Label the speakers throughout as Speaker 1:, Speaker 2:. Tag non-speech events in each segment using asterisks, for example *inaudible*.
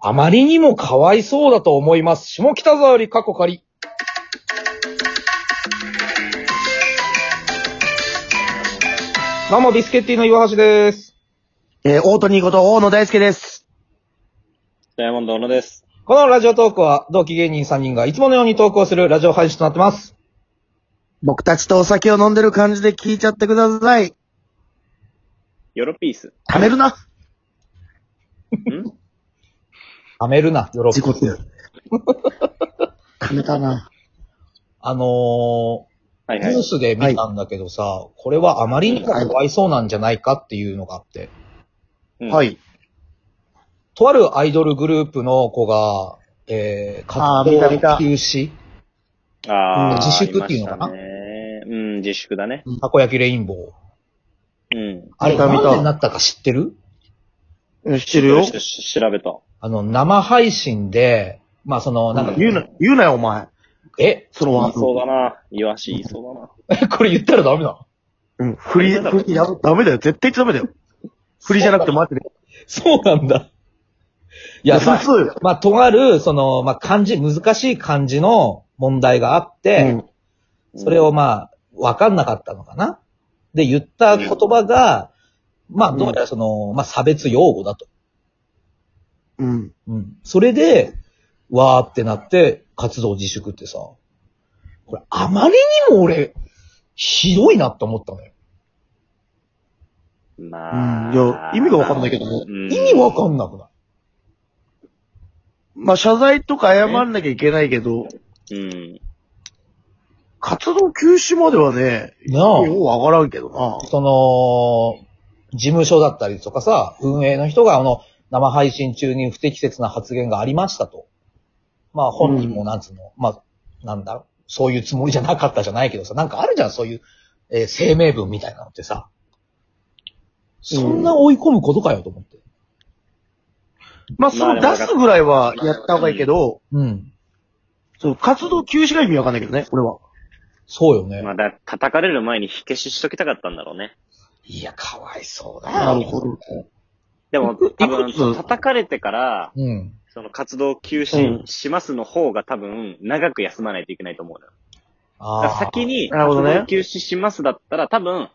Speaker 1: あまりにもかわいそうだと思います。下北沢より過去仮。どうも、ビスケッティの岩橋です。
Speaker 2: えー、オートニーこと大野大輔です。
Speaker 3: ダイヤモンド小野です。
Speaker 1: このラジオトークは、同期芸人3人がいつものように投稿するラジオ配信となってます。
Speaker 2: 僕たちとお酒を飲んでる感じで聞いちゃってください。
Speaker 3: ヨロピース。
Speaker 2: 貯めるな
Speaker 3: うん
Speaker 1: はめるな、よろ
Speaker 2: 事故ってる。貯めたな。
Speaker 1: あの
Speaker 3: はい
Speaker 1: ー、
Speaker 3: は
Speaker 1: ニュー
Speaker 3: い。。
Speaker 1: スで見たんだけどさ、これはあまりにもかわいそうなんじゃないかっていうのがあって。
Speaker 2: はいい。
Speaker 1: とあるアイドルグループの子が、えー、
Speaker 2: あー見た見た
Speaker 1: 活動休止
Speaker 3: ああ、
Speaker 1: 自粛っていうのかな
Speaker 3: ありましたねうん、自粛だね。
Speaker 1: たこ焼きレインボー。
Speaker 3: うん。
Speaker 1: あれ、
Speaker 2: 見た見た
Speaker 1: 何になったか知ってる
Speaker 2: うん知るよ。
Speaker 3: しし調べた。
Speaker 1: あの、生配信で、まあ、その、なんか、
Speaker 2: 言うな、言うなよ、お前。
Speaker 1: え *laughs*
Speaker 2: その
Speaker 3: 言
Speaker 2: ワ
Speaker 3: いそう
Speaker 2: ー
Speaker 3: だな。イワシ言いそうだな。
Speaker 1: これ言ったらダメなの
Speaker 2: ド。うん。振り、振り、やめダメだよ。絶対言っちゃダメだよ。振りじゃなくて待ってね。
Speaker 1: そうなんだ。い
Speaker 2: い
Speaker 1: や、
Speaker 2: そ
Speaker 1: まあ、
Speaker 2: うそうよ。
Speaker 1: まあ、とある、その、まあ、漢字、難しい漢字の問題があっ
Speaker 2: う
Speaker 1: て、
Speaker 2: ん。
Speaker 1: それをまあ、わかんなかったのかなで、言った言葉が、まあ、どうやらその、まあ、差別用語だと。
Speaker 2: うん。
Speaker 1: うん。それで、わーってなって、活動自粛ってさ、これ、あまりにも俺、ひどいなって思ったのよ。
Speaker 3: うん。まあ。
Speaker 2: うんいや意味がわかんないけどね
Speaker 3: うん
Speaker 1: 意味わかんなくない
Speaker 2: まあ、謝罪とか謝んなきゃいけないけど、
Speaker 3: うん。
Speaker 2: 活動休止まではね、
Speaker 1: なあ
Speaker 2: ようわからんけどな。
Speaker 1: その、事務所だったりとかさ、運営の人が、あの、生配信中に不適切な発言がありましたと。まあ本人もなんつうの、まあ、なんだろう、そういうつもりじゃなかったじゃないけどさ、なんかあるじゃん、そういう、えー声明文みたいなのってさ。そんな追い込むことかよと思って。
Speaker 2: まあ、その出すぐらいはやった方がいいけど、
Speaker 1: うん。
Speaker 2: そう、活動休止が意味わかんないけどね、俺は。
Speaker 1: そうよね。
Speaker 3: まあ、だ、叩かれる前に火消ししときたかったんだろうね。
Speaker 1: いや、かわいそうだよ。
Speaker 2: なるほど。
Speaker 3: でも、多
Speaker 2: いくつ
Speaker 3: 分、叩かれてから、
Speaker 1: うん。
Speaker 3: その活動休
Speaker 2: う
Speaker 3: 止
Speaker 2: ん
Speaker 3: しますの方が多分、長く休まないといけないと思うのよ。だから
Speaker 1: ああ。
Speaker 3: 先に、
Speaker 2: なるほど
Speaker 3: 活
Speaker 2: ね
Speaker 3: 動休止しますだったら、多分、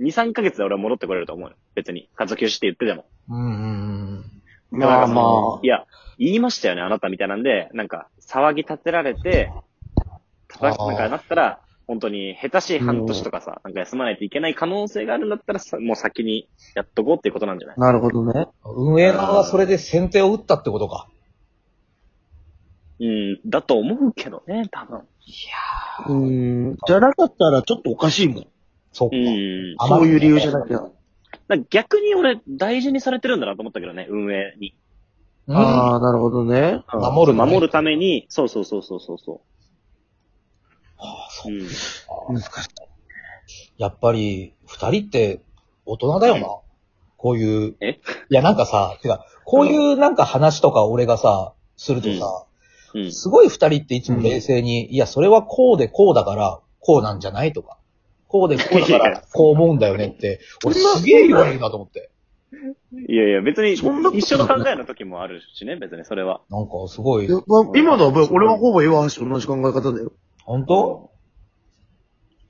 Speaker 3: 2、3ヶ月で俺は戻ってこれると思うよ。別に。活動休止って言ってでも。
Speaker 1: うんうんうん。
Speaker 3: でもなん
Speaker 2: まあ
Speaker 3: かそ
Speaker 2: ま
Speaker 3: の
Speaker 2: あ
Speaker 3: い。や、言いましたよね、あなたみたいなんで、なんか、騒ぎ立てられて、
Speaker 1: あー
Speaker 3: 叩きなんかなったら、本当に、下手しい半年とかさ、なんか休まないといけない可能性があるんだったらさ、もう先にやっとこうっていうことなんじゃない
Speaker 2: なるほどね。
Speaker 1: 運営側はそれで先手を打ったってことか。
Speaker 3: うん、だと思うけどね、多分。
Speaker 2: うーん。じゃなかったらちょっとおかしいもん。
Speaker 1: そっか。
Speaker 3: うん。
Speaker 1: あ
Speaker 2: そういう理由じゃなきゃ。
Speaker 3: だから逆に俺、大事にされてるんだなと思ったけどね、運営に。
Speaker 1: うん
Speaker 2: ああ、なるほどね。
Speaker 3: うん
Speaker 1: 守るのね
Speaker 3: 守るために、そうそうそうそうそうそ。
Speaker 1: ああそうう
Speaker 3: うん。
Speaker 2: 難しい。
Speaker 1: やっぱり、二人って大人だよな。こういう。
Speaker 3: え
Speaker 1: いや、なんかさ、てか、こういうなんか話とか俺がさ、するとさ、
Speaker 3: うん。
Speaker 1: すごい二人っていつも冷静に、いや、それはこうでこうだから、こうなんじゃないとか、こうでこうだか
Speaker 3: い
Speaker 1: ら
Speaker 3: *laughs* や、
Speaker 1: こう思うんだよねって、俺すげえ言われるなと思って。
Speaker 3: いやいや、別に、
Speaker 2: そんなこと
Speaker 3: 一緒の考えの時もあるしね、別にそれは。
Speaker 1: なんかすごい
Speaker 2: い、やまあ今のは、俺はほぼ岩橋と同じ考え方だよ。
Speaker 1: 本当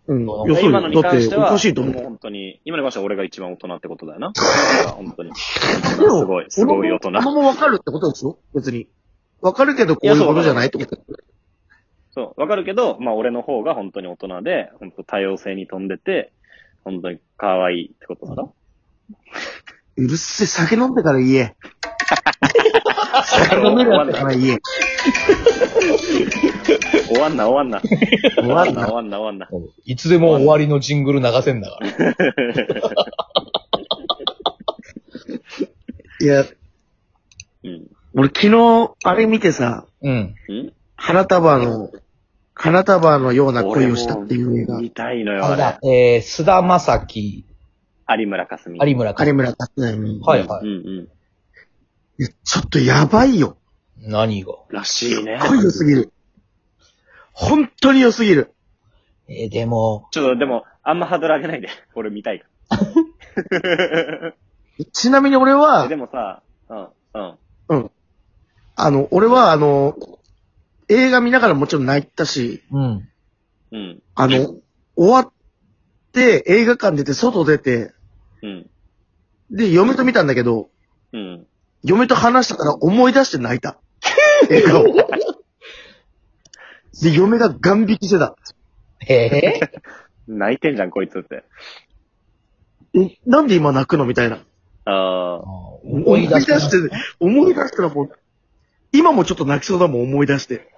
Speaker 2: うん。い
Speaker 1: いや
Speaker 2: や、そう
Speaker 3: 今のに
Speaker 2: よ。だっ、
Speaker 3: 関してて
Speaker 2: お
Speaker 3: は、
Speaker 2: かしいと思
Speaker 3: もう
Speaker 2: う。
Speaker 3: 本当に、今に関しては俺が一番大人ってことだよ
Speaker 2: *laughs*
Speaker 3: な。本当に。すごい、すごい大人
Speaker 2: 子。供もわかるってことですよ。別に。わかるけど、こういうことじゃないってこと。
Speaker 3: そう、わかるけど、まあ俺の方が本当に大人で、本当多様性に富んでて、本当に可愛いってことだろ。
Speaker 2: うるせえ、酒飲んでから言 *laughs* え。酒飲んでから言え。
Speaker 3: 終わんな、終わんな。終わんな、終わんな、終わんな。
Speaker 1: いつでも終わりのジングル流せんだから。
Speaker 2: いや、
Speaker 3: うん。
Speaker 2: 俺昨日、あれ見てさ、
Speaker 1: うん。
Speaker 3: うん
Speaker 2: 花束の、花束のような
Speaker 3: 俺
Speaker 2: 恋をしたっていう映画
Speaker 3: も。見たいのよ、
Speaker 1: あれ
Speaker 3: あ
Speaker 1: だ、えー、須田正樹、
Speaker 3: れ。有村架純。
Speaker 1: 有村
Speaker 2: 有
Speaker 1: 君。
Speaker 2: 村達也に。
Speaker 1: はいは
Speaker 3: う
Speaker 1: い。
Speaker 3: んうん。
Speaker 2: いや、ちょっとやばいよ。
Speaker 1: 何が
Speaker 3: らしいね。
Speaker 2: すっごい良すぎる。本当に良すぎる。
Speaker 1: えーでも、
Speaker 3: ちょっとでも、あんまハードル上げないで。俺見たいから。
Speaker 2: ちなみに俺
Speaker 3: え
Speaker 2: は *laughs*
Speaker 3: *laughs* で、もさ、うん、うん。
Speaker 2: うん。あの、俺はあの、映画見ながらもちろん泣いたし、
Speaker 1: うん。
Speaker 3: うん。
Speaker 2: あの、終わって映画館出て外出て、
Speaker 3: うん。
Speaker 2: で、嫁と見たんだけど、
Speaker 3: うん。
Speaker 2: 嫁と話したから思い出して泣い
Speaker 3: *laughs*
Speaker 2: た。映画を。で、嫁がガン引きしてた。
Speaker 1: へえ。
Speaker 3: 泣いてんじゃん、こいつって。
Speaker 2: えなんで今泣くのみたいな。
Speaker 3: ああ。
Speaker 1: 思い出して。
Speaker 2: て、思い出したらもう、今もちょっと泣きそうだもん、思い出して。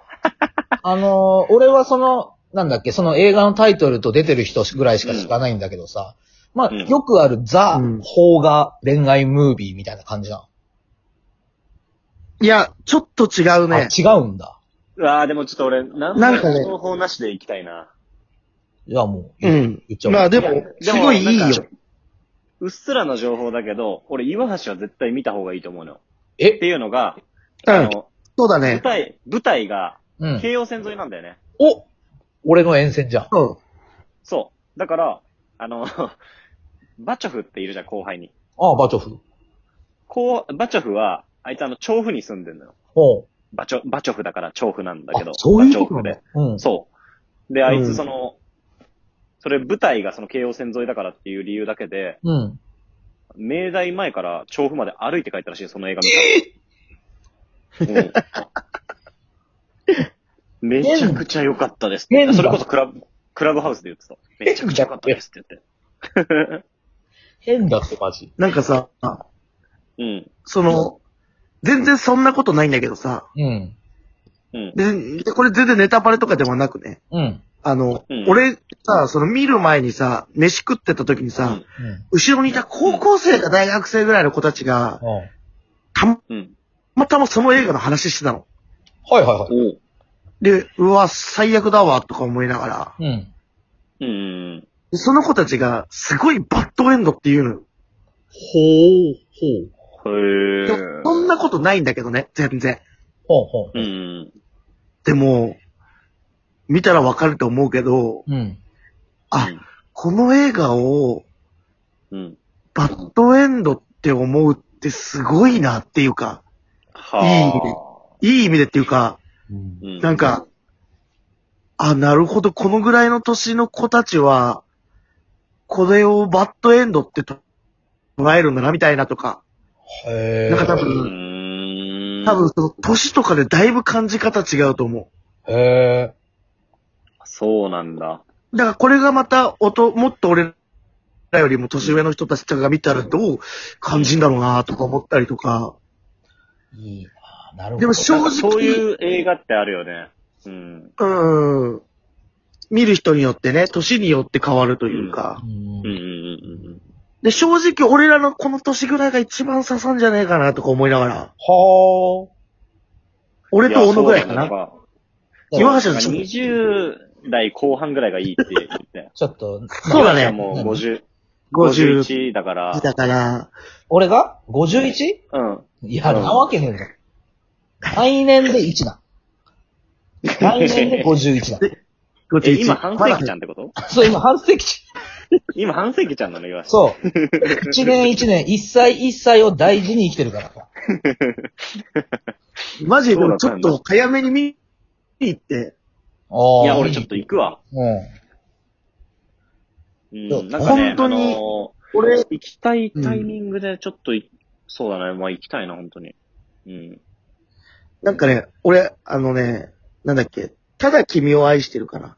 Speaker 1: あのー俺はその、なんだっけ、その映画のタイトルと出てる人ぐらいしか知らないんだけどさ、まあ、
Speaker 3: うん
Speaker 1: よくあるザ
Speaker 2: うん・
Speaker 1: 邦画恋愛ムービーみたいな感じなの。
Speaker 2: いや、ちょっと違う
Speaker 1: あ、
Speaker 2: ね。
Speaker 1: 違うんだ。
Speaker 3: うわあ、でもちょっと俺、なん
Speaker 2: なんかね
Speaker 3: 情報なしで行きたいな。
Speaker 1: じゃあもう、
Speaker 2: うん。
Speaker 1: 言っちゃおう。
Speaker 2: まあで
Speaker 3: い
Speaker 2: も
Speaker 3: や、
Speaker 2: すごいいい。
Speaker 3: なんか
Speaker 2: よ。
Speaker 3: うっすらの情報だけど、俺、岩橋は絶対見た方がいいと思うのよ。っ
Speaker 1: え
Speaker 3: ていうのが、
Speaker 2: うん
Speaker 3: あの、
Speaker 2: そうだ
Speaker 3: 舞
Speaker 2: ね。
Speaker 3: 台、舞台が、
Speaker 1: うん。
Speaker 3: 京葉線沿いなんだよね。
Speaker 1: お俺の沿線じゃん。
Speaker 2: うん。
Speaker 3: そう。だから、あの、 *laughs* バチョフっているじゃん、後輩に。
Speaker 1: ああ、バチョフ。
Speaker 3: こう、バチョフは、あいつあの、調布に住んでんのよ。
Speaker 1: ほう。
Speaker 3: バチョ、バチョフだから調布なんだけど。
Speaker 1: あそういうこと
Speaker 3: バ
Speaker 1: な
Speaker 3: チョフ
Speaker 1: ん
Speaker 3: で
Speaker 1: だ。。うん。
Speaker 3: そう。で、あいうつ
Speaker 2: ん
Speaker 3: その、それ舞台がその京葉線沿いだからっていう理由だけで、
Speaker 1: うん。
Speaker 3: 明大前から調布まで歩いて帰ったらしい、その映画見たら。うんめちゃくちゃ良かったですって
Speaker 1: 変。だ
Speaker 3: それこそクラブ、クラブハウスで言ってた。めちゃくちゃ良かったですって言って。
Speaker 1: 変だって、マジ。
Speaker 2: なんかさ、
Speaker 3: うん。
Speaker 2: その、全然そんなことないんだけどさ、
Speaker 1: うん。
Speaker 3: うん。
Speaker 2: で、でこれ全然ネタバレとかではなくね。
Speaker 1: うん。
Speaker 2: あの、
Speaker 3: うん
Speaker 2: 俺さ、その見る前にさ、飯食ってた時にさ、
Speaker 3: うん
Speaker 1: うん。
Speaker 2: 後ろにいた高校生か大学生ぐらいの子たちが、
Speaker 1: うん
Speaker 2: た
Speaker 3: うん。
Speaker 2: またまその映画の話してたの。
Speaker 1: はいはいはい。
Speaker 3: おう。
Speaker 2: で、うわ、最悪だわ、とか思いながら。
Speaker 1: うん。
Speaker 3: うん。
Speaker 2: でその子たちが、すごいバッドエンドっていうのよ。
Speaker 1: ほう、
Speaker 3: へ
Speaker 2: で
Speaker 3: ー
Speaker 2: そんなことないんだけどね、全然。
Speaker 1: ほう。ほう、ほ
Speaker 3: う
Speaker 1: う。
Speaker 3: ん。
Speaker 2: でも、見たらわかると思うけど、
Speaker 1: うん。
Speaker 2: あ、この映画を、
Speaker 3: うん。
Speaker 2: バッドエンドって思うってすごいなっていうか、
Speaker 3: はい
Speaker 2: い意味でっていうか、
Speaker 1: うん
Speaker 3: あ。う
Speaker 2: なんか、あ、なるほど、このぐらいの年の子たちは、これをバッドエンドってと捉えるんだな、みたいなとか。
Speaker 1: へえ。
Speaker 2: なんか多
Speaker 3: う
Speaker 2: 分
Speaker 3: ーん。
Speaker 2: 多分、その、年とかでだいぶ感じ方違うと思
Speaker 1: へえ。
Speaker 3: そうなんだ。
Speaker 2: う。だからこれがまた、おと、もっと俺らよりも年上の人たちが見たらどう感じんだろうな、とか思ったりとか。
Speaker 1: いいなあなるほど。
Speaker 2: でも正直、
Speaker 3: そういう映画ってあるよね。うん。
Speaker 2: うん。見る人によってね、年によって変わるというか
Speaker 1: う。ん
Speaker 3: うんうんうん
Speaker 2: で、正直俺らのこの年ぐらいが一番刺さんじゃねえかなとか思いながら。
Speaker 1: は
Speaker 2: 俺と小野ぐらいか
Speaker 3: や
Speaker 2: な。
Speaker 3: そ
Speaker 1: あ。
Speaker 2: 岩
Speaker 3: うだ
Speaker 2: 橋の
Speaker 3: ねなんか20代後半ぐらいがいいって言って。
Speaker 1: ちょっと、
Speaker 2: *laughs* そうだね
Speaker 3: 岩橋はもう50、
Speaker 2: 50
Speaker 3: 51だから。
Speaker 2: だから、
Speaker 1: 俺が 51?
Speaker 3: うん。
Speaker 1: いや、
Speaker 3: うん
Speaker 1: なわけねえぞ。来年で1だ。来年で51 *laughs*
Speaker 3: え、
Speaker 2: 51
Speaker 3: 今半世紀ちゃ
Speaker 2: ん。
Speaker 3: んってこと
Speaker 1: だ。そう、今半世紀。
Speaker 3: 今半世紀ちゃんなの、岩橋。
Speaker 1: そう。1年1年、1歳1歳を大事に生きてるから。
Speaker 2: マジで、でもち
Speaker 3: そうだ
Speaker 2: ょっと早めに見に行って、
Speaker 1: ああ。
Speaker 3: いや、俺ちょっと行くわ。
Speaker 1: うん。
Speaker 3: うん。なんかね、
Speaker 2: 本当に
Speaker 3: あの
Speaker 2: 俺、
Speaker 3: 行きたいタイミングでちょっとい、そうだね。まあ行きたいな、本当に。うん。
Speaker 2: なんかね、俺、あのね、なんだっけ、ただ君を愛してるから。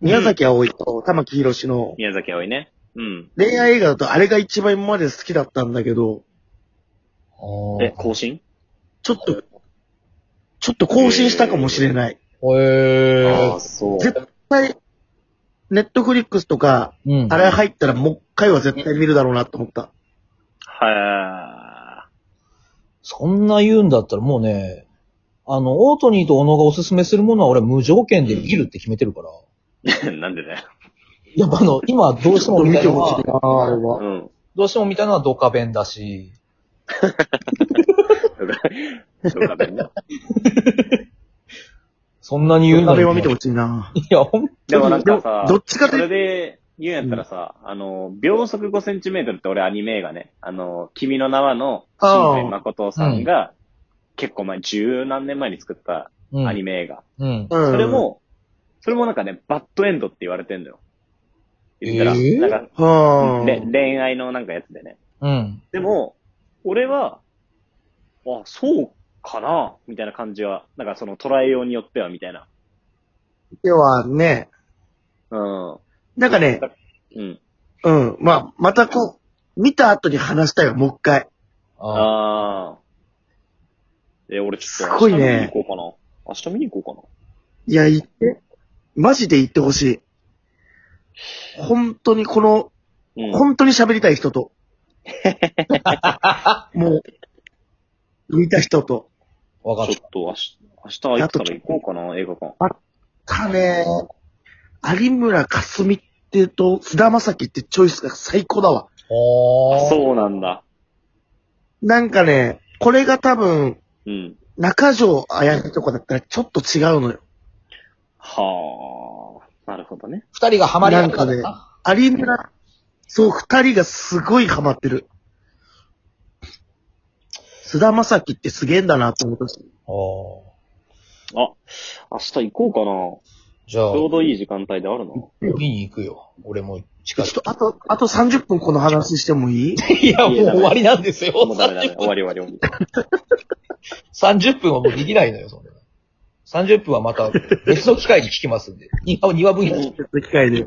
Speaker 2: 宮崎葵と玉木宏の
Speaker 3: 宮崎葵ね。うん。
Speaker 2: 恋愛映画だとあれが一番今まで好きだったんだけど、
Speaker 1: ああ。
Speaker 3: え、更新
Speaker 2: ちょっと、ちょっと更新したかもしれな
Speaker 1: へ
Speaker 2: い。
Speaker 3: あ
Speaker 1: え
Speaker 3: あ、。そう。
Speaker 2: 絶対、ネットフリックスとか、
Speaker 1: うん。
Speaker 2: あれ入ったらもう一回は絶対見るだろうなと思った。
Speaker 3: は
Speaker 1: そんな言うんだったらもうね、あの、オートニーと小野がおすすめするものは俺無条件で見るって決めてるから。
Speaker 3: い。 *laughs* なんでね。
Speaker 1: やっぱあの、今どうしても見たいのは、
Speaker 2: な、あれは。
Speaker 3: うん。
Speaker 1: どうしても見たいのはドカベンだし、
Speaker 3: ドカベンね。
Speaker 1: そんなに言う
Speaker 2: ド
Speaker 1: なら
Speaker 2: カベンは見てほしいな。
Speaker 1: *laughs* いや、ほん、
Speaker 3: でもなんかさ、
Speaker 2: どっちかと
Speaker 3: そ
Speaker 2: い
Speaker 3: れ
Speaker 2: う
Speaker 3: で言うんやったらさ、あの、秒速5センチメートルって俺アニメ映画ね、あの、君の名はの、新海誠さんが、結構前、十何年前に作った
Speaker 1: うん。
Speaker 3: アニメ映画。
Speaker 1: うん。
Speaker 2: うん
Speaker 3: それ、も、それもなんかね、バッドエンドって言われてんのよ。言った
Speaker 1: え
Speaker 3: ら、
Speaker 1: ー
Speaker 3: なんか、
Speaker 2: は
Speaker 3: れ
Speaker 2: ぁ。
Speaker 3: 恋愛のなんかやつでね。
Speaker 1: うん。
Speaker 3: でも、俺は、あ、そうかなみたいな感じは、なんかその捉えようによってはみたいな。
Speaker 2: ではね、
Speaker 3: うん。
Speaker 2: なんかね、
Speaker 3: うん。
Speaker 2: うん、まあ、またこう、見た後に話したいわ、もう一回。
Speaker 1: ああ。
Speaker 3: ああ。え、俺ちょっ
Speaker 2: す
Speaker 3: と
Speaker 2: ごい
Speaker 3: 明日見に
Speaker 2: ね
Speaker 3: 行こうかな。明日見に行こうか
Speaker 2: いや、言って、マジで言ってほしい。本当にこの、
Speaker 3: な。うん。
Speaker 2: 本当に喋りたい人と。もう、見た人と。
Speaker 1: わか
Speaker 3: ち
Speaker 1: る。
Speaker 3: ょっと明日、明日空いてたら行こうかな、映画館。
Speaker 2: たね、有村架純ってと、菅田将暉ってチョイスが最高だわ。
Speaker 1: おー。
Speaker 3: そうなんだ。
Speaker 2: なんかね、これが多分、
Speaker 3: うん。
Speaker 2: 中条あやみとかだったらちょっと違うのよ。
Speaker 3: はあ。なるほどね。
Speaker 1: 二人がハマり合った
Speaker 2: なんか有村、そう、二人がすごいハマってる。菅田将暉ってすげえんだなと思ったし。
Speaker 1: おー。
Speaker 3: あ、明日行こう
Speaker 1: じゃ
Speaker 3: か
Speaker 1: あ
Speaker 3: な。ち、ょうどいい時間帯であるな。
Speaker 1: 見に行くよ。俺も
Speaker 2: ち
Speaker 1: 近
Speaker 2: ょ
Speaker 1: い
Speaker 2: っ。と、あと、あと30分この話してもいい
Speaker 1: *laughs* いや、もう終わりなんですよ。
Speaker 3: もうダメだね。終わり終わり終わり。
Speaker 1: 30分はもうできないのよ、それ。30分はまた別の機会に聞きますんで。庭、庭分野
Speaker 2: ちょっと機会で。